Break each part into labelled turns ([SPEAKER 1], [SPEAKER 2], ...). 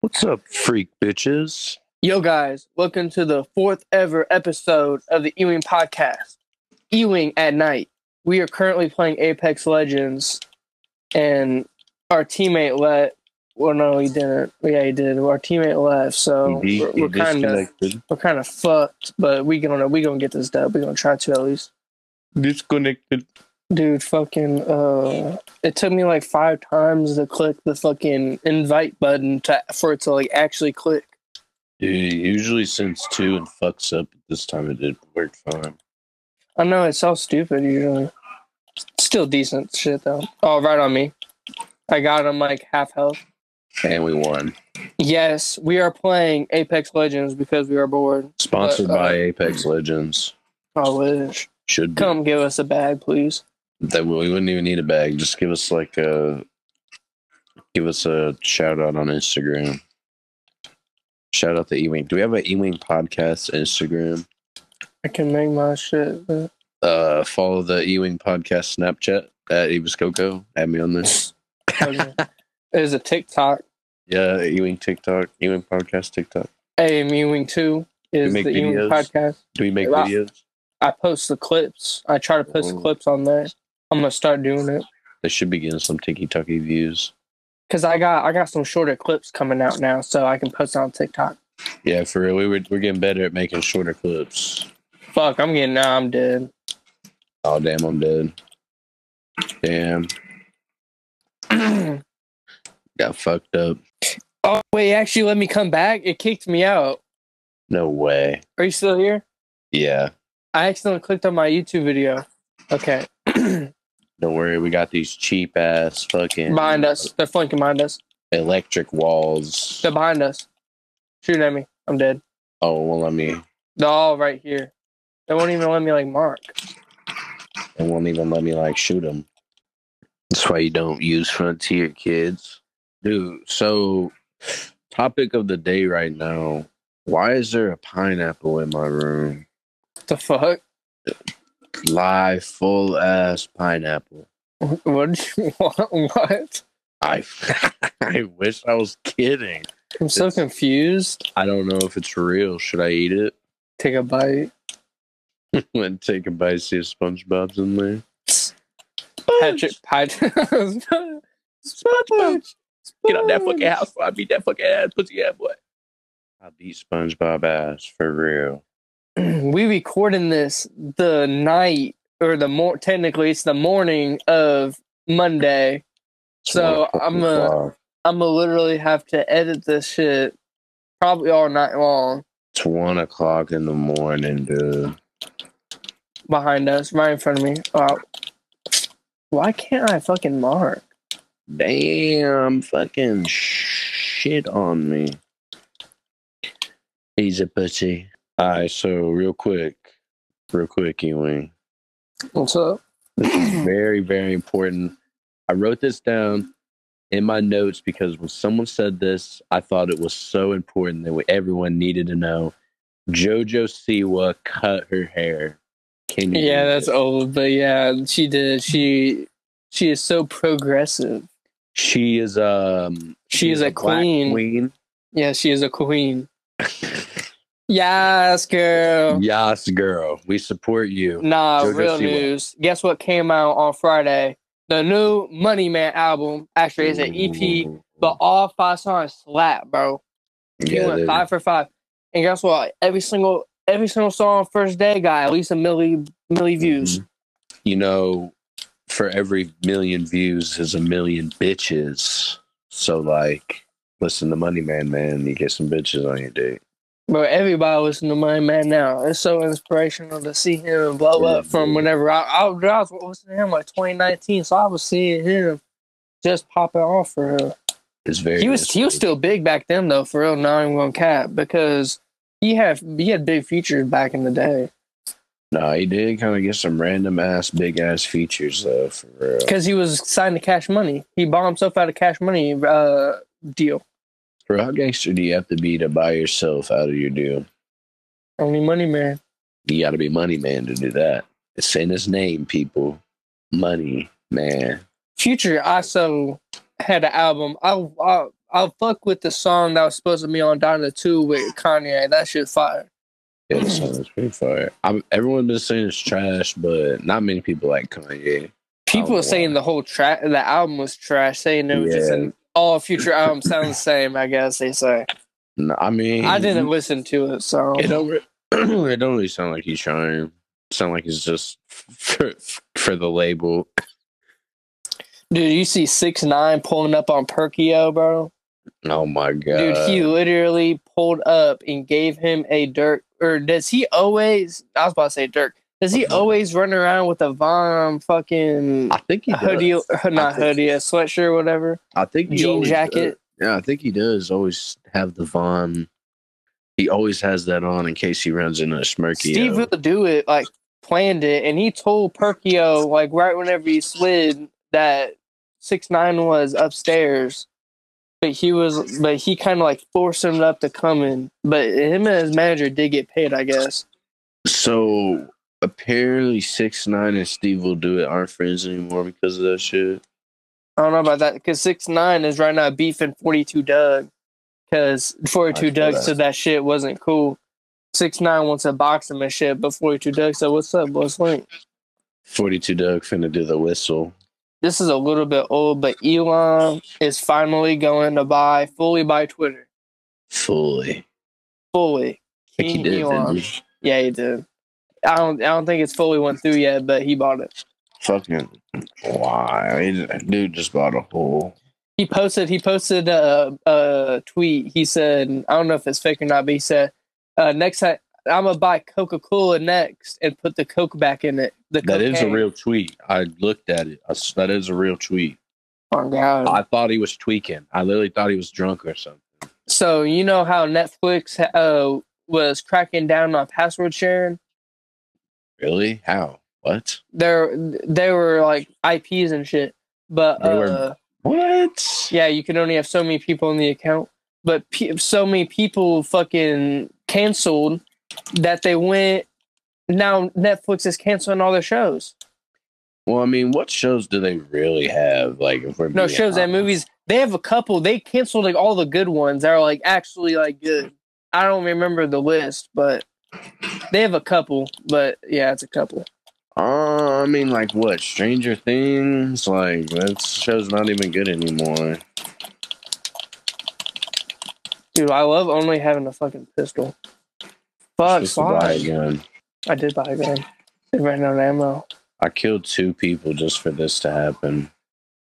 [SPEAKER 1] What's up, freak bitches?
[SPEAKER 2] Yo, guys, welcome to the fourth ever episode of the Ewing podcast, Ewing at Night. We are currently playing Apex Legends, and our teammate let. Well, no, he didn't. Yeah, he did. Our teammate left, so
[SPEAKER 1] He-
[SPEAKER 2] we're,
[SPEAKER 1] he
[SPEAKER 2] we're kind of
[SPEAKER 1] disconnected.
[SPEAKER 2] we're kind of fucked. But we gonna we gonna get this dub. We gonna try to at least,
[SPEAKER 1] Disconnected.
[SPEAKER 2] dude. Fucking, uh, it took me like five times to click the fucking invite button to for it to like actually click.
[SPEAKER 1] Dude, he usually sends two and fucks up. This time it did work fine.
[SPEAKER 2] I know it's so stupid usually. Still decent shit though. Oh, right on me. I got him like half health.
[SPEAKER 1] And we won.
[SPEAKER 2] Yes, we are playing Apex Legends because we are bored.
[SPEAKER 1] Sponsored
[SPEAKER 2] But, uh,
[SPEAKER 1] by Apex Legends.
[SPEAKER 2] I wish.
[SPEAKER 1] Should be.
[SPEAKER 2] Come give us a bag, please.
[SPEAKER 1] That we wouldn't even need a bag. Just give us like a give us a shout out on Instagram. Shout out to Ewing. Do we have an Ewing podcast Instagram?
[SPEAKER 2] I can make my shit. but-
[SPEAKER 1] Uh, follow the Ewing podcast Snapchat at Evis Coco. Add me on this.
[SPEAKER 2] Okay. There's a TikTok.
[SPEAKER 1] Yeah, Ewing TikTok, Ewing podcast TikTok.
[SPEAKER 2] Hey, I'm Ewing 2 is
[SPEAKER 1] make
[SPEAKER 2] the Ewing
[SPEAKER 1] videos?
[SPEAKER 2] podcast.
[SPEAKER 1] Do we make
[SPEAKER 2] Wow.
[SPEAKER 1] videos?
[SPEAKER 2] I post the clips. I try to post
[SPEAKER 1] Ooh.
[SPEAKER 2] clips on there. I'm gonna start doing it
[SPEAKER 1] They should be getting some tiki tucky views.
[SPEAKER 2] because I got I got some shorter clips coming out now, so I can post on TikTok.
[SPEAKER 1] Yeah, for real. We were, we're getting better at making shorter clips.
[SPEAKER 2] Fuck, I'm getting now. I'm dead.
[SPEAKER 1] Oh, damn, I'm dead. Damn,
[SPEAKER 2] oh
[SPEAKER 1] got fucked up.
[SPEAKER 2] wait, it actually let me come back. It kicked me out.
[SPEAKER 1] No way.
[SPEAKER 2] Are you still here?
[SPEAKER 1] Yeah,
[SPEAKER 2] I accidentally clicked on my YouTube video. Okay,
[SPEAKER 1] don't worry. We got these cheap ass fucking
[SPEAKER 2] behind us. They're flanking behind us.
[SPEAKER 1] electric walls.
[SPEAKER 2] They're behind us. Shooting at me. I'm dead.
[SPEAKER 1] Oh, well, let me.
[SPEAKER 2] They're all right here. They won't even let me like mark.
[SPEAKER 1] It won't even let me like shoot them. That's why you don't use Frontier kids, dude. So, topic of the day right now: Why is there a pineapple in my room?
[SPEAKER 2] The fuck?
[SPEAKER 1] Live, full ass pineapple.
[SPEAKER 2] What? did you want? What?
[SPEAKER 1] I I wish I was kidding.
[SPEAKER 2] I'm so
[SPEAKER 1] It's-
[SPEAKER 2] confused.
[SPEAKER 1] I don't know if it's real. Should I eat it?
[SPEAKER 2] Take a bite.
[SPEAKER 1] and take a bite, see if SpongeBob's in there.
[SPEAKER 2] Patrick. Patrick.
[SPEAKER 1] SpongeBob, get out that fucking house! Or I beat that fucking ass, pussy ass boy. I beat SpongeBob ass for real.
[SPEAKER 2] we recording this the night or the more technically it's the morning of Monday. So I'm uh, gonna
[SPEAKER 1] a.
[SPEAKER 2] I'm gonna literally have to edit this shit probably all night long
[SPEAKER 1] It's one o'clock in the morning, dude.
[SPEAKER 2] behind us, right in front of me. Uh, why can't I fucking mark?
[SPEAKER 1] Damn, fucking shit on me. He's a pussy. All right, so real quick, real quick, Ewing.
[SPEAKER 2] What's up?
[SPEAKER 1] This is very, very important. I wrote this down in my notes because when someone said this, I thought it was so important that we, everyone needed to know. JoJo Siwa cut her hair. Can you?
[SPEAKER 2] Yeah,
[SPEAKER 1] believe
[SPEAKER 2] that's
[SPEAKER 1] it?
[SPEAKER 2] old, but yeah, she did. She she is so progressive.
[SPEAKER 1] She is um.
[SPEAKER 2] She is a
[SPEAKER 1] black
[SPEAKER 2] queen.
[SPEAKER 1] Queen.
[SPEAKER 2] Yeah, she is a queen. Yes, girl.
[SPEAKER 1] Yes, girl. We support you.
[SPEAKER 2] Nah,
[SPEAKER 1] JoJo
[SPEAKER 2] real
[SPEAKER 1] Siwa.
[SPEAKER 2] news. Guess what came out on Friday? The new Money Man album. Actually, it's an EP, but all five songs slap, bro. He
[SPEAKER 1] yeah,
[SPEAKER 2] went
[SPEAKER 1] dude.
[SPEAKER 2] five for five. And guess what? Every single every single song first day got at least a milli milli views.
[SPEAKER 1] Mhm. you know, for every million views is a million bitches. So like, listen to Money Man, man. You get some bitches on your date.
[SPEAKER 2] Bro, everybody listen to Money Man now. It's so inspirational to see him blow
[SPEAKER 1] Yeah,
[SPEAKER 2] up from
[SPEAKER 1] dude.
[SPEAKER 2] whenever I, I, was- I was listening to him like 2019, so I was seeing him just popping off for him.
[SPEAKER 1] It's very.
[SPEAKER 2] he was he was still big back then though for real not even gonna cap because he had he had big features back in the day
[SPEAKER 1] Nah, he did kind of get some random ass big ass features though, for real.
[SPEAKER 2] because he was signed to Cash Money. He bought himself out of Cash Money uh, deal.
[SPEAKER 1] For how gangster do you have to be to buy yourself out of your deal?
[SPEAKER 2] Only Money Man.
[SPEAKER 1] You got to be Money Man to do that. It's in his name, people. Money Man.
[SPEAKER 2] Future also had an album. I I, I fuck with the song that was supposed to be on Donna Two with Kanye. That shit fire.
[SPEAKER 1] Yeah, that sounds pretty fire. I'm, everyone's been saying it's trash, but not many people like Kanye.
[SPEAKER 2] People
[SPEAKER 1] Oh,
[SPEAKER 2] are saying
[SPEAKER 1] wow.
[SPEAKER 2] the whole track, the album was trash. Saying it was just
[SPEAKER 1] Yeah.
[SPEAKER 2] an, all future albums sound the same. I guess they say.
[SPEAKER 1] No, I mean,
[SPEAKER 2] I didn't listen to it, so
[SPEAKER 1] It don't. Re- it don't really sound like he's trying. Sound like it's just for for the label.
[SPEAKER 2] dude, you see six nine pulling up on Perkyo, bro.
[SPEAKER 1] Oh my god,
[SPEAKER 2] Dude, he literally pulled up and gave him a Dirk. Or does he always? I was about to say Dirk. Does
[SPEAKER 1] Mm-hmm.
[SPEAKER 2] he always run around with a Vom fucking
[SPEAKER 1] I think he does.
[SPEAKER 2] hoodie, or not
[SPEAKER 1] think-
[SPEAKER 2] hoodie, a sweatshirt, whatever,
[SPEAKER 1] I think he
[SPEAKER 2] jean
[SPEAKER 1] always
[SPEAKER 2] jacket?
[SPEAKER 1] does. Yeah, I think he does. Always have the Von. He always has that on in case he runs into a smirky.
[SPEAKER 2] Steve
[SPEAKER 1] yo.
[SPEAKER 2] will do it, like planned it, and he told Perkio like right whenever he slid that six nine was upstairs, but he was, but he kind of like forced him up to come in. But him and his manager did get paid, I guess.
[SPEAKER 1] So apparently, six nine and Steve will do it aren't friends anymore because of that shit.
[SPEAKER 2] I don't know about that because six nine is right now beefing forty two Doug because forty two
[SPEAKER 1] feel
[SPEAKER 2] Doug
[SPEAKER 1] that.
[SPEAKER 2] said that shit wasn't cool. Six nine wants to box him and shit, but forty two Doug said, "What's up, boys? Link."
[SPEAKER 1] Forty two Doug finna do the whistle.
[SPEAKER 2] This is a little bit old, but Elon is finally going to buy fully buy Twitter
[SPEAKER 1] Fully.
[SPEAKER 2] fully.
[SPEAKER 1] I think he
[SPEAKER 2] King
[SPEAKER 1] did,
[SPEAKER 2] Elon.
[SPEAKER 1] didn't he?
[SPEAKER 2] Yeah, he did. I don't. I don't think it's fully went through yet, but he bought it.
[SPEAKER 1] Fucking why? He- Dude just bought a whole.
[SPEAKER 2] he posted he posted a, a tweet he said i don't know if it's fake or not but he said uh, next time i'm gonna buy coca-cola next and put the coke back in it the
[SPEAKER 1] That is a
[SPEAKER 2] cocaine.
[SPEAKER 1] real tweet. I looked at it. I s- that is a real tweet.
[SPEAKER 2] Oh, God.
[SPEAKER 1] I thought he was tweaking. I literally thought he was drunk or something.
[SPEAKER 2] so you know how netflix uh, was cracking down on password sharing
[SPEAKER 1] Really? How? What?
[SPEAKER 2] there they were like ips and shit but
[SPEAKER 1] They were-
[SPEAKER 2] uh,
[SPEAKER 1] What?
[SPEAKER 2] yeah, you can only have so many people in the account. But pe- so many people fucking canceled that they went. Now Netflix is canceling all their shows.
[SPEAKER 1] Well, I mean, what shows do they really have? Like, if we're
[SPEAKER 2] No
[SPEAKER 1] being
[SPEAKER 2] shows and
[SPEAKER 1] honest?
[SPEAKER 2] movies. They have a couple. They canceled like all the good ones that are like actually like good. I don't remember the list, but they have a couple. But yeah, it's a couple.
[SPEAKER 1] Uh, I mean, like what? Stranger Things? Like that show's not even good anymore.
[SPEAKER 2] Dude, I love only having a fucking pistol. Fuck,
[SPEAKER 1] Supposed to buy a
[SPEAKER 2] why?
[SPEAKER 1] gun.
[SPEAKER 2] I did buy a gun. It ran out of ammo.
[SPEAKER 1] I killed two people just for this to happen.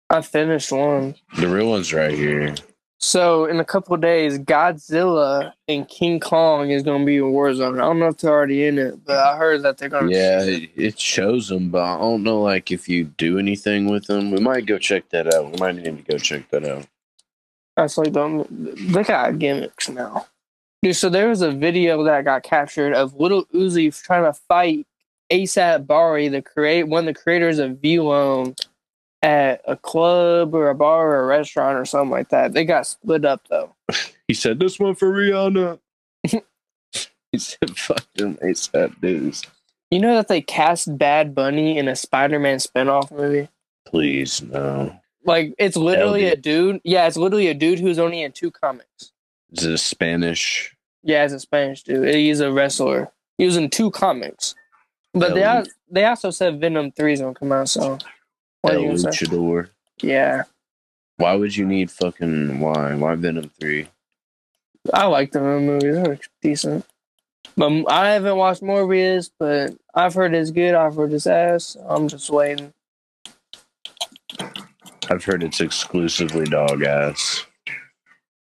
[SPEAKER 2] I finished one.
[SPEAKER 1] The real one's right here.
[SPEAKER 2] So in a couple of days, Godzilla and King Kong is going to be in Warzone. I don't know if they're already in it, but I heard that they're going to.
[SPEAKER 1] Yeah, it it shows them, but I don't know like if you do anything with them. We might go check that out. We might need to go check that out.
[SPEAKER 2] That's like the they got gimmicks now. Dude, so there was a video that got captured of little Uzi trying to fight ASAP Bari, the create one of the creators of Vlone, at a club or a bar or a restaurant or something like that. They got split up though.
[SPEAKER 1] He said this one for Rihanna. he said, "Fuck them ASAP dudes,
[SPEAKER 2] You know that they cast Bad Bunny in a Spider-Man spinoff movie.
[SPEAKER 1] please no."
[SPEAKER 2] Like it's literally
[SPEAKER 1] LD.
[SPEAKER 2] a dude. Yeah, it's literally a dude who's only in two comics.
[SPEAKER 1] Is it Spanish?
[SPEAKER 2] Yeah, it's a Spanish dude. He's a wrestler. He was in two comics, but they
[SPEAKER 1] El-
[SPEAKER 2] al- they also said Venom Three is gonna come out. So, what
[SPEAKER 1] El
[SPEAKER 2] are you gonna say?
[SPEAKER 1] Luchador.
[SPEAKER 2] yeah,
[SPEAKER 1] Why would you need fucking why? Why Venom three?
[SPEAKER 2] I like the Venom movies. They're decent. But m- I haven't watched Morbius, but I've heard it's good. I've heard it's ass. I'm just waiting.
[SPEAKER 1] I've heard it's exclusively dog ass.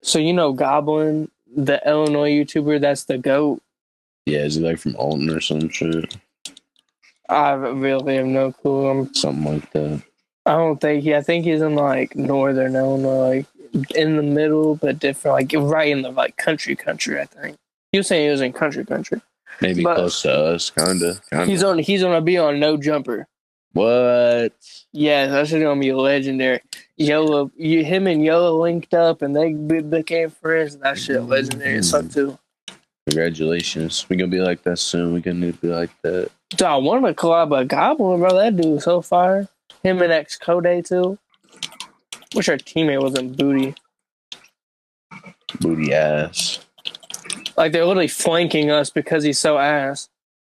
[SPEAKER 2] So you know Goblin, the Illinois YouTuber, that's the goat.
[SPEAKER 1] Yeah, is he like from Alton or some shit?
[SPEAKER 2] I really have no clue. I'm
[SPEAKER 1] Something like that.
[SPEAKER 2] I don't think he. I think he's in like northern Illinois, like in the middle, but different, like right in the like country, country. I think he was saying he was in country, country.
[SPEAKER 1] Maybe
[SPEAKER 2] But-
[SPEAKER 1] close to us, kinda. kinda.
[SPEAKER 2] He's on. He's gonna be on No Jumper.
[SPEAKER 1] what?
[SPEAKER 2] Yeah, that's just gonna be legendary. Yolo, you, him and Yolo linked up, and they be, became friends. And that shit legendary as fuck too.
[SPEAKER 1] Congratulations. We're gonna be like that soon. We're gonna be like that.
[SPEAKER 2] So I wanted to collab with Goblin, bro. That dude so far. Him and ex Koday too. Wish our teammate wasn't booty.
[SPEAKER 1] Booty ass.
[SPEAKER 2] Like they're literally flanking us because he's so ass.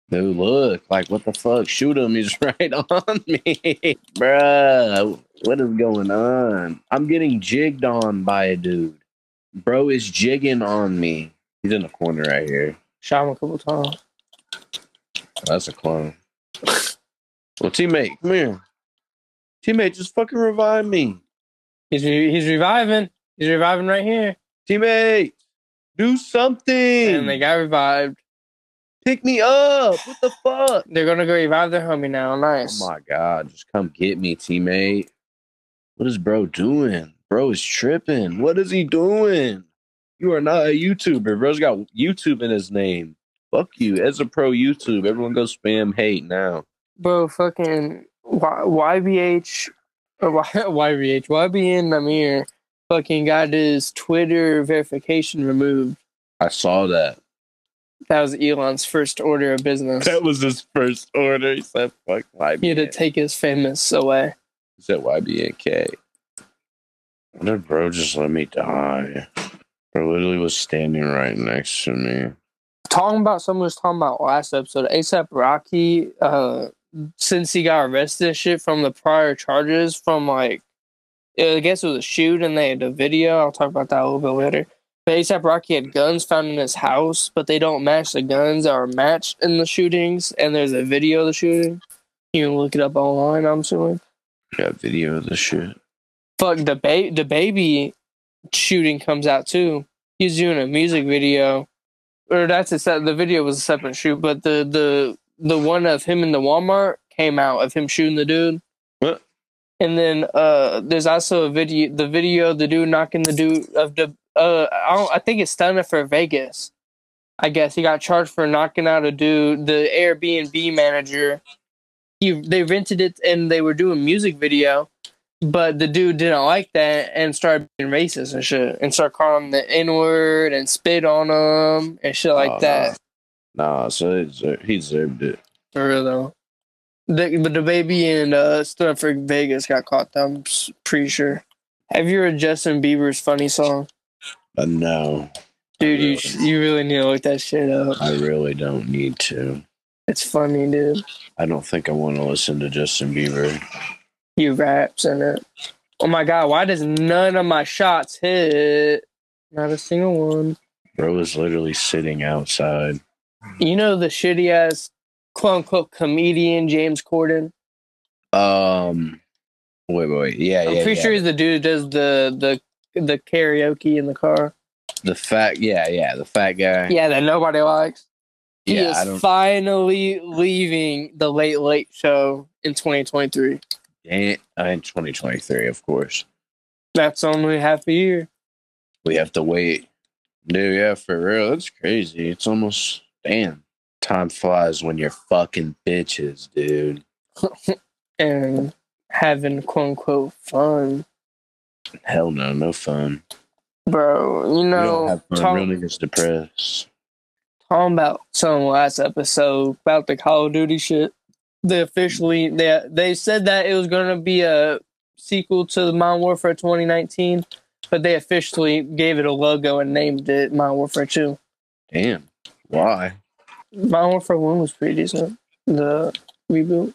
[SPEAKER 1] Dude, look, like what the fuck? Shoot him, he's right on me. Bruh, what is going on? I'm getting jigged on by a dude. Bro is jigging on me. He's in the corner right here.
[SPEAKER 2] Shot him a couple times.
[SPEAKER 1] That's a clone. well, teammate, come here. Teammate, just fucking revive me.
[SPEAKER 2] He's re- he's reviving. He's reviving right here,
[SPEAKER 1] Teammate, do something.
[SPEAKER 2] and they got revived.
[SPEAKER 1] Pick me up. What the fuck?
[SPEAKER 2] They're gonna go revive their homie now. Nice.
[SPEAKER 1] Oh my god, just come get me, teammate. What is bro doing? Bro is tripping. What is he doing? You are not a YouTuber. Bro's got YouTube in his name. Fuck you. As a pro YouTube, everyone go spam hate now.
[SPEAKER 2] Bro, fucking y- YBH or y- YBH YBN Namir fucking got his Twitter verification removed.
[SPEAKER 1] I saw that.
[SPEAKER 2] That was Elon's first order of business.
[SPEAKER 1] was his first order. He said, fuck YBN.
[SPEAKER 2] He had to take his famous away.
[SPEAKER 1] he said YBNK. What did bro just let me die? Bro literally was standing right next to me.
[SPEAKER 2] Talking about someone was talking about last episode, ASAP Rocky, uh, since he got arrested and shit from the prior charges from like, I guess it was a shoot and they had a video. I'll talk about that a little bit later. But ASAP Rocky had guns found in his house, but they don't match the guns that are matched in the shootings. And there's a video of the shooting. You can look it up online, I'm assuming.
[SPEAKER 1] Got video of this shit.
[SPEAKER 2] fuck the ba- the baby shooting comes out too. He's doing a music video, or that's a set. The video was a separate shoot, but the the the one of him in the Walmart came out of him shooting the dude.
[SPEAKER 1] What?
[SPEAKER 2] And then uh, there's also a video, the video of the dude knocking the dude of the uh, I, don't, I think it's stunner for Vegas. I guess he got charged for knocking out a dude, the Airbnb manager. He they rented it and they were doing music video but the dude didn't like that and started being racist and shit and started calling him the N word and spit on him and shit like
[SPEAKER 1] Oh,
[SPEAKER 2] that.
[SPEAKER 1] Nah, so he deserved, he deserved it.
[SPEAKER 2] For real though. The, but the baby in uh, stuff for Vegas got caught. Though, I'm s- pretty sure. Have you heard Justin Bieber's funny song,
[SPEAKER 1] But no,
[SPEAKER 2] dude? You
[SPEAKER 1] really-
[SPEAKER 2] sh- you really need to look that shit up.
[SPEAKER 1] I really don't need to.
[SPEAKER 2] It's funny, dude.
[SPEAKER 1] I don't think I want to listen to Justin Bieber.
[SPEAKER 2] He raps in it. Oh my god, why does none of my shots hit? Not a single one.
[SPEAKER 1] Bro was literally sitting outside.
[SPEAKER 2] You know the shitty ass quote unquote comedian James Corden?
[SPEAKER 1] Um, wait, wait, wait. yeah,
[SPEAKER 2] I'm
[SPEAKER 1] yeah,
[SPEAKER 2] pretty
[SPEAKER 1] yeah.
[SPEAKER 2] sure he's the dude who does the the the karaoke in the car.
[SPEAKER 1] The fat, yeah, yeah, the fat guy.
[SPEAKER 2] Yeah, that nobody likes. He
[SPEAKER 1] yeah I
[SPEAKER 2] is
[SPEAKER 1] don't.
[SPEAKER 2] finally leaving the late late show in 2023.
[SPEAKER 1] And in 2023, of course,
[SPEAKER 2] That's only half a year.
[SPEAKER 1] we have to wait. Dude, yeah, for real, that's crazy. It's almost damn. Time flies when you're fucking bitches, dude.
[SPEAKER 2] And having quote unquote fun.
[SPEAKER 1] Hell no, no fun.
[SPEAKER 2] Bro, you
[SPEAKER 1] we don't
[SPEAKER 2] know
[SPEAKER 1] have fun.
[SPEAKER 2] talk-
[SPEAKER 1] Really gets depressed.
[SPEAKER 2] talking about some last episode about the Call of Duty shit. They officially they they said that it was gonna be a sequel to the Modern Warfare 2019, but they officially gave it a logo and named it Modern Warfare 2.
[SPEAKER 1] Damn. Why?
[SPEAKER 2] Modern Warfare 1 was pretty decent. The reboot.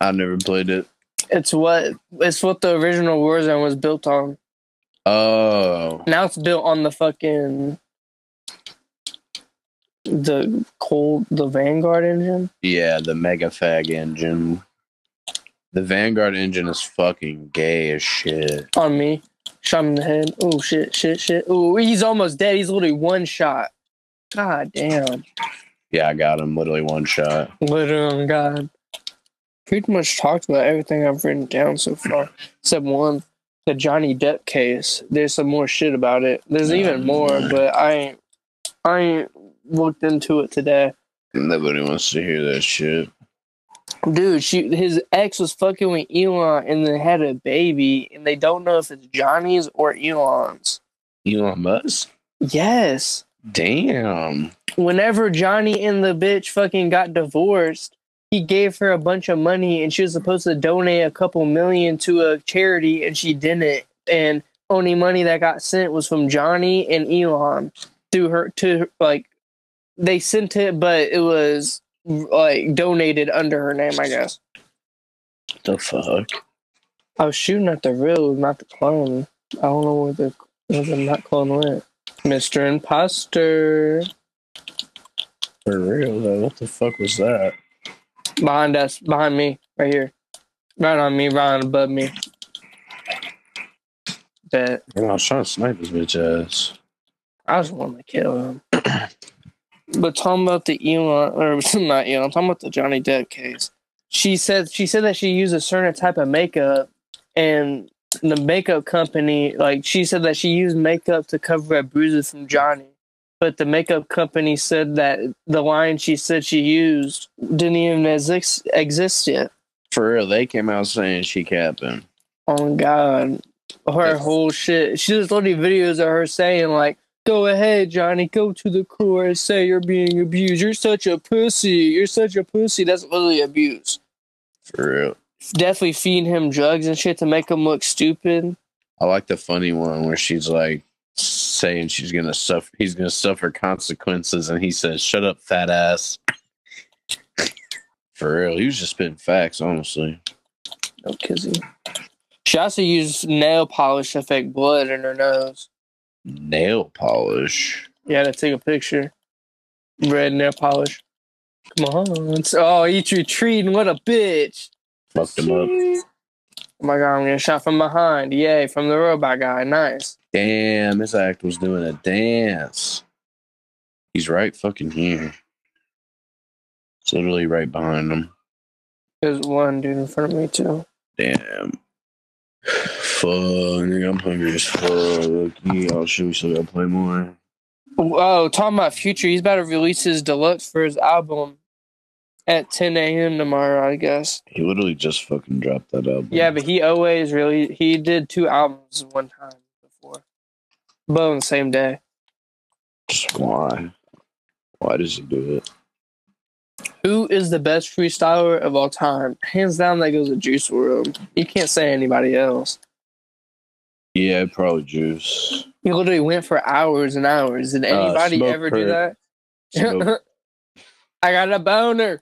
[SPEAKER 1] I never played it.
[SPEAKER 2] It's what it's what the original Warzone was built on.
[SPEAKER 1] Oh.
[SPEAKER 2] Now it's built on the fucking the cold the Vanguard engine.
[SPEAKER 1] Yeah, the Mega Fag engine. The Vanguard engine is fucking gay as shit.
[SPEAKER 2] on me. Shot him in the head. Oh shit, shit, shit. Oh, he's almost dead. He's literally one shot. God damn.
[SPEAKER 1] Yeah, I got him literally one shot.
[SPEAKER 2] Literally, oh God. Pretty much talked about everything I've written down so far, except one, the Johnny Depp case. There's some more shit about it. There's even more, but I ain't, I ain't looked into it today.
[SPEAKER 1] Nobody wants to hear that shit.
[SPEAKER 2] Dude, she, his ex was fucking with Elon, and they had a baby, and they don't know if it's Johnny's or Elon's.
[SPEAKER 1] Elon Musk?
[SPEAKER 2] Yes.
[SPEAKER 1] Damn.
[SPEAKER 2] whenever Johnny and the bitch fucking got divorced, he gave her a bunch of money and she was supposed to donate a couple million to a charity and she didn't. And only money that got sent was from Johnny and Elon through her to like they sent it, but it was like donated under her name, I guess.
[SPEAKER 1] The fuck?
[SPEAKER 2] I was shooting at the real, not the clone. I don't know where the where the not clone went. Mr. Imposter
[SPEAKER 1] For real though, what the fuck was that?
[SPEAKER 2] behind us, behind me, right here, right on me, right above me. That
[SPEAKER 1] Man, I was trying to snipe his bitch ass.
[SPEAKER 2] I just want to kill him. but talking about the Elon or not Elon, talking about the Johnny Depp case. She said she said that she used a certain type of makeup, and the makeup company like she said that she used makeup to cover up bruises from Johnny, but the makeup company said that the line she said she used didn't even exist exist yet.
[SPEAKER 1] For real, they came out saying she capping.
[SPEAKER 2] Oh God, her
[SPEAKER 1] That's-
[SPEAKER 2] whole shit. She just loaded videos of her saying like, "Go ahead, Johnny, go to the court and say you're being abused. You're such a pussy. You're such a pussy." That's literally abuse.
[SPEAKER 1] For real.
[SPEAKER 2] Definitely feeding him drugs and shit to make him look stupid.
[SPEAKER 1] I like the funny one where she's like saying she's gonna suffer he's gonna suffer consequences and he says, Shut up, fat ass. For real. He was just spitting facts, honestly.
[SPEAKER 2] No kizzy. She also used nail polish to fake blood in her nose.
[SPEAKER 1] Nail polish.
[SPEAKER 2] Yeah, to take a picture. Red nail polish. Come on. Oh, eat your treat and what a bitch.
[SPEAKER 1] Fucked him up.
[SPEAKER 2] Oh my god, I'm getting shot from behind. Yay, from the robot guy. Nice.
[SPEAKER 1] Damn, this act was doing a dance. He's right fucking here. It's literally right behind him.
[SPEAKER 2] There's one dude in front of me too.
[SPEAKER 1] Damn. Fuck, nigga, I'm hungry as fuck. Yeah, I'll show you still gotta play more.
[SPEAKER 2] Oh, talking about future, he's about to release his deluxe for his album at 10 a.m. tomorrow, I guess.
[SPEAKER 1] He literally just fucking dropped that album.
[SPEAKER 2] Yeah, but he always really he did two albums one time before, but on the same day.
[SPEAKER 1] Just why? Why does he do it?
[SPEAKER 2] Who is the best freestyler of all time? Hands down, that goes to Juice World. You can't say anybody else.
[SPEAKER 1] Yeah, probably Juice.
[SPEAKER 2] He literally went for hours and hours. Did
[SPEAKER 1] Uh,
[SPEAKER 2] anybody
[SPEAKER 1] Smoke
[SPEAKER 2] ever do
[SPEAKER 1] Perp.
[SPEAKER 2] that?
[SPEAKER 1] So,
[SPEAKER 2] I got a boner.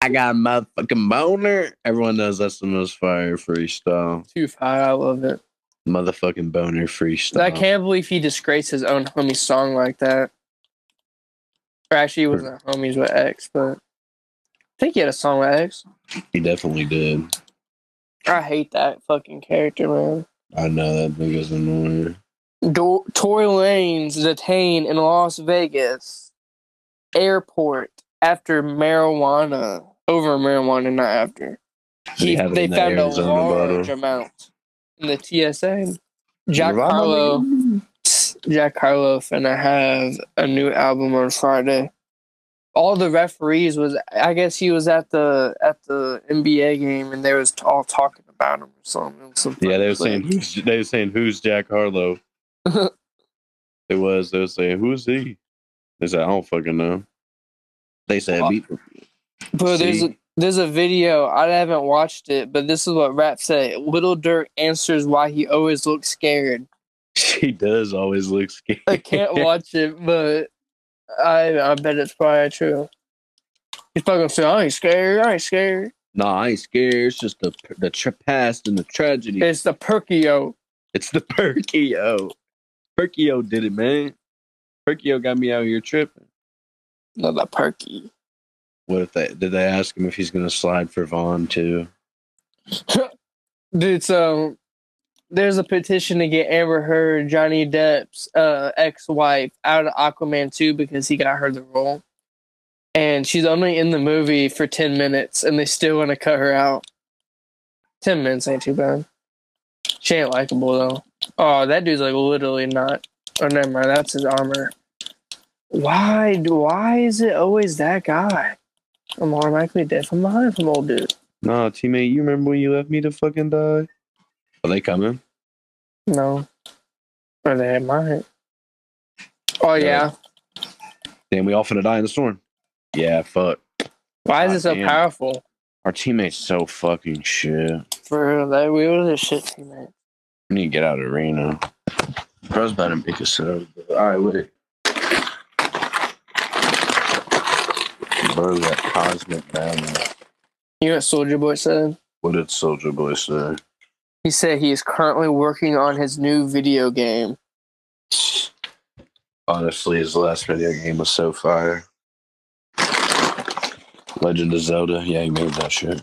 [SPEAKER 1] I got a motherfucking boner. Everyone knows that's the most fire freestyle.
[SPEAKER 2] Too far, I love it. Uh-huh.
[SPEAKER 1] Motherfucking boner freestyle.
[SPEAKER 2] I can't believe he disgraced his own homie's song like that. Or actually, he wasn't homies with X, but I think he had a song with X.
[SPEAKER 1] He definitely did.
[SPEAKER 2] I hate that fucking character, man.
[SPEAKER 1] I know that nigga's annoying.
[SPEAKER 2] Do- Tory Lanez detained in Las Vegas airport after marijuana. Over marijuana, not after. He,
[SPEAKER 1] had it
[SPEAKER 2] they
[SPEAKER 1] in the
[SPEAKER 2] found a
[SPEAKER 1] Arizona
[SPEAKER 2] large
[SPEAKER 1] bottle.
[SPEAKER 2] amount in the TSA. Jack Harlow. Jack Harlow finna have a new album on Friday. All the referees was I guess he was at the at the NBA game and they was t- all talking about him or something. It was some
[SPEAKER 1] Yeah, they were saying
[SPEAKER 2] fucking clip.
[SPEAKER 1] who's they were saying who's Jack Harlow. it was they were saying who's he. They said I don't fucking know. They said
[SPEAKER 2] Oh,
[SPEAKER 1] beat.
[SPEAKER 2] But there's a,
[SPEAKER 1] See?
[SPEAKER 2] there's a video I haven't watched it, but this is what Rap said. Little Dirk answers why he always looks scared.
[SPEAKER 1] she does always look scared.
[SPEAKER 2] I can't watch it, but I I bet it's probably true. He's probably gonna say I ain't scared. I ain't scared.
[SPEAKER 1] Nah, I ain't scared. It's just the the tra- past and the tragedy.
[SPEAKER 2] It's the Perkyo.
[SPEAKER 1] It's the Perkio. Perkio did it, man. Perkio got me out here tripping.
[SPEAKER 2] Not that perky.
[SPEAKER 1] What if they did they ask him if he's gonna slide for Vaughn too?
[SPEAKER 2] Dude, so there's a petition to get Amber Heard, Johnny Depp's uh, ex wife, out of Aquaman 2 because he got her the role. And she's only in the movie for 10 minutes and they still want to cut her out. 10 minutes ain't too bad. She ain't likable though. Oh, that dude's like literally not. Oh, never mind. That's his armor. Why? Why is it always that guy? I'm automatically dead from behind from old dude.
[SPEAKER 1] Nah, teammate, you remember when you left me to fucking die? Are they coming?
[SPEAKER 2] No. Or they might. Oh
[SPEAKER 1] Yeah.
[SPEAKER 2] yeah.
[SPEAKER 1] Damn, we all finna die in the storm. Yeah, fuck.
[SPEAKER 2] Why is it so
[SPEAKER 1] Goddamn.
[SPEAKER 2] powerful?
[SPEAKER 1] Our teammates so fucking shit.
[SPEAKER 2] For real, like, we were the shit teammate.
[SPEAKER 1] We need to get out of arena. I was about to make a soda. but- All right, wait. Bro, that cosmic man.
[SPEAKER 2] You know what Soldier Boy said?
[SPEAKER 1] What did Soldier Boy say?
[SPEAKER 2] He said he is currently working on his new video game.
[SPEAKER 1] Honestly, his last video game was so fire. Legend of Zelda. Yeah, he made that shit.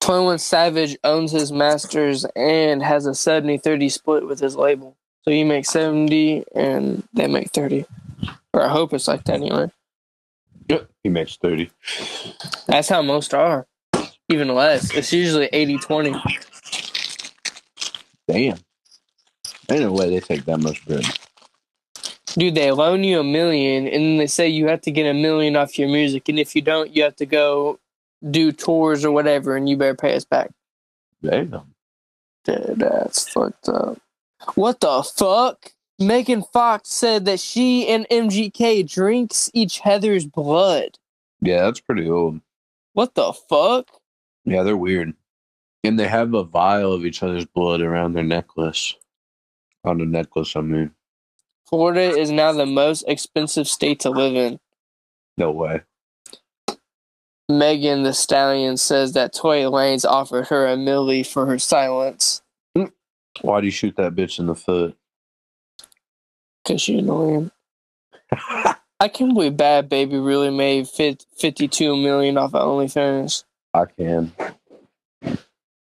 [SPEAKER 2] 21 Savage owns his masters and has a 70 30 split with his label. So you make 70 and they make 30. Or I hope it's like that anyway.
[SPEAKER 1] Yep. He makes 30.
[SPEAKER 2] That's how most are. Even less. It's usually 80 20.
[SPEAKER 1] Damn. Ain't no way they take that much bread.
[SPEAKER 2] Dude, they loan you a million and then they say you have to get a million off your music. And if you don't, you have to go do tours or whatever and you better pay us back.
[SPEAKER 1] Damn.
[SPEAKER 2] Dude, that's fucked up. What the fuck? Megan Fox said that she and MGK drinks each Heather's blood.
[SPEAKER 1] Yeah, that's pretty old.
[SPEAKER 2] What the fuck?
[SPEAKER 1] Yeah, they're weird. And they have a vial of each other's blood around their necklace. On the necklace, I mean.
[SPEAKER 2] Florida is now the most expensive state to live in.
[SPEAKER 1] No way.
[SPEAKER 2] Megan the Stallion says that Toy Lanez offered her a milli for her silence
[SPEAKER 1] Why'd you shoot that bitch in the foot?
[SPEAKER 2] because she annoyed him. I can't believe Bad Baby really made fif- 52 million off of OnlyFans.
[SPEAKER 1] I can.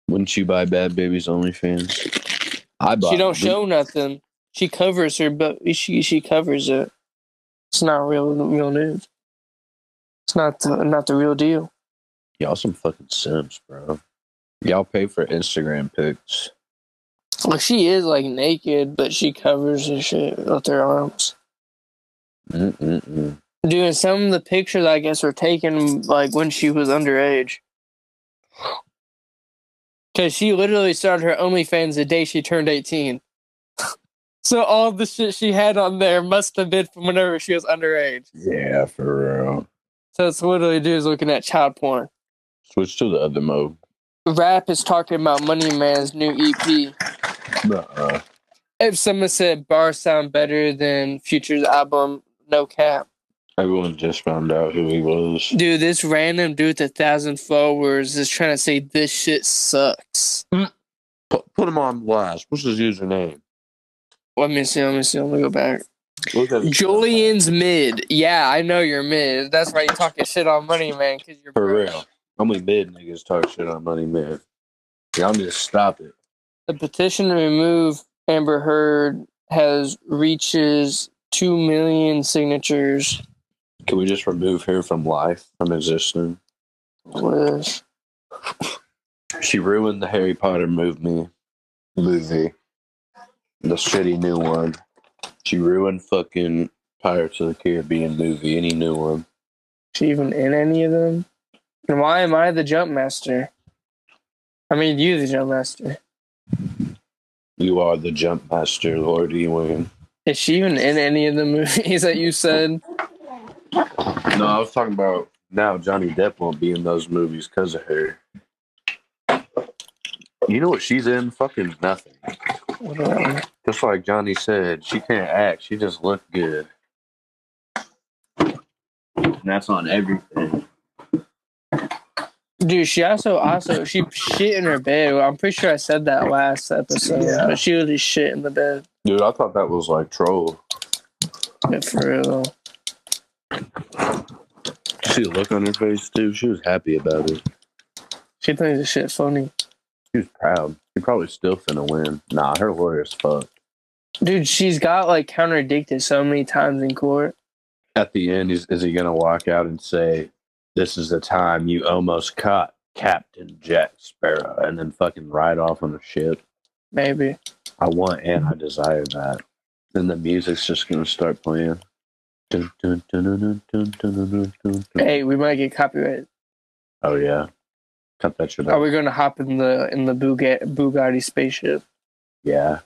[SPEAKER 1] Wouldn't you buy Bad Baby's OnlyFans? I buy.
[SPEAKER 2] She don't
[SPEAKER 1] it.
[SPEAKER 2] show nothing. She covers her, but she she covers it. It's not real real news. It's not the, not the real deal.
[SPEAKER 1] Y'all some fucking simps, bro. Y'all pay for Instagram pics.
[SPEAKER 2] Like she is like naked, but she covers her shit with her arms.
[SPEAKER 1] Mm-mm-mm.
[SPEAKER 2] Dude, and some of the pictures I guess were taken like when she was underage. Cause she literally started her OnlyFans the day she turned eighteen. so all the shit she had on there must have been from whenever she was underage.
[SPEAKER 1] Yeah, for real.
[SPEAKER 2] So it's literally dudes looking at child porn.
[SPEAKER 1] Switch to the other mode.
[SPEAKER 2] Rap is talking about Money Man's new EP.
[SPEAKER 1] Uh-uh.
[SPEAKER 2] If someone said bars sound better than Future's album, no cap.
[SPEAKER 1] Everyone just found out who he was.
[SPEAKER 2] Dude, this random dude with a thousand followers is trying to say this shit sucks.
[SPEAKER 1] Put, put him on blast. What's his username?
[SPEAKER 2] Let me see, let me see, let me go back.
[SPEAKER 1] Look at his-
[SPEAKER 2] Julian's mid. Yeah, I know you're mid. That's why you're talking shit on Money Man, because you're
[SPEAKER 1] For
[SPEAKER 2] broke.
[SPEAKER 1] real. Only mid niggas talk shit on money mid. Y'all need to stop it.
[SPEAKER 2] The petition to remove Amber Heard has reaches two million signatures.
[SPEAKER 1] Can we just remove her from life, from existence?
[SPEAKER 2] Wish.
[SPEAKER 1] She ruined the Harry Potter movie. Movie. The shitty new one. She ruined fucking Pirates of the Caribbean movie. Any new one.
[SPEAKER 2] she even in any of them? And why am I the jump master? I mean, you the jump master.
[SPEAKER 1] You are the jump master, Lord Ewing.
[SPEAKER 2] Is she even in any of the movies that you said?
[SPEAKER 1] No, I was talking about now Johnny Depp won't be in those movies because of her. You know what she's in? Fucking nothing.
[SPEAKER 2] What do I-
[SPEAKER 1] Just like Johnny said, she can't act. She just looked good. And that's on everything.
[SPEAKER 2] Dude, she also also she shit in her bed. I'm pretty sure I said that last episode,
[SPEAKER 1] Yeah.
[SPEAKER 2] but she was just shit in the bed.
[SPEAKER 1] Dude, I thought that was like troll.
[SPEAKER 2] But for real,
[SPEAKER 1] See the look on her face, too. She was happy about it.
[SPEAKER 2] she thinks the shit funny.
[SPEAKER 1] She was proud. She probably still finna win. Nah, her lawyer's fucked.
[SPEAKER 2] Dude, she's got like contradicted so many times in court.
[SPEAKER 1] At the end, is, is he gonna walk out and say, "This is the time you almost caught Captain Jack Sparrow," and then fucking ride off on a ship?
[SPEAKER 2] Maybe
[SPEAKER 1] I want and I desire that. Then the music's just gonna start playing. Dun, dun, dun, dun, dun, dun, dun, dun, dun, dun, dun.
[SPEAKER 2] hey, we might get copyrighted.
[SPEAKER 1] Oh yeah, cut that shit
[SPEAKER 2] Are
[SPEAKER 1] out.
[SPEAKER 2] we gonna hop in the in the Bugatti, Bugatti spaceship?
[SPEAKER 1] yeah,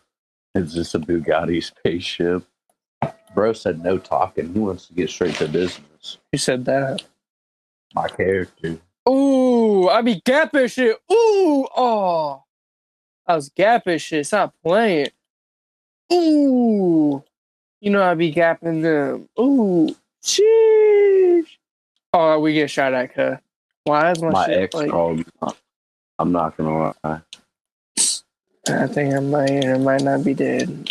[SPEAKER 1] is this a Bugatti spaceship? Bro said no talking. He wants to get straight to business.
[SPEAKER 2] Who said that?
[SPEAKER 1] My character.
[SPEAKER 2] Ooh, I be gapping shit. Ooh, oh, I was gapping shit. Stop playing. Ooh, you know I be gapping them. Ooh, sheesh. Oh, we get shot at, cuz. Why is my,
[SPEAKER 1] My
[SPEAKER 2] shit
[SPEAKER 1] ex
[SPEAKER 2] like?
[SPEAKER 1] called me. I'm not gonna lie.
[SPEAKER 2] I think I might, I might not be dead.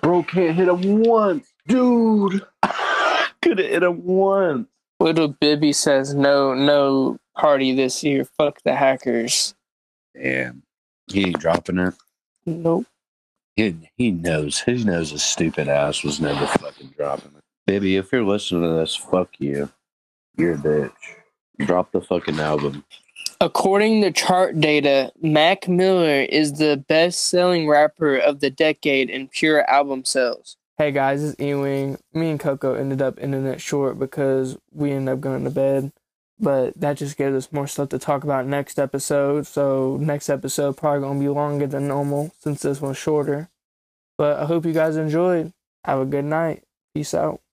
[SPEAKER 1] Bro can't hit him once, dude. Could have hit him once.
[SPEAKER 2] Little Bibby says no, no party this year. Fuck the hackers.
[SPEAKER 1] Damn. He ain't dropping it.
[SPEAKER 2] Nope.
[SPEAKER 1] He, he knows. He knows his stupid ass was never fucking dropping it. Baby, if you're listening to this, fuck you. You're a bitch. Drop the fucking album.
[SPEAKER 2] According to chart data, Mac Miller is the best selling rapper of the decade in pure album sales. Hey guys, it's Ewing. Me and Coco ended up ending it short because we ended up going to bed. But that just gives us more stuff to talk about next episode. So next episode probably gonna be longer than normal since this one's shorter. But I hope you guys enjoyed. Have a good night. Peace out.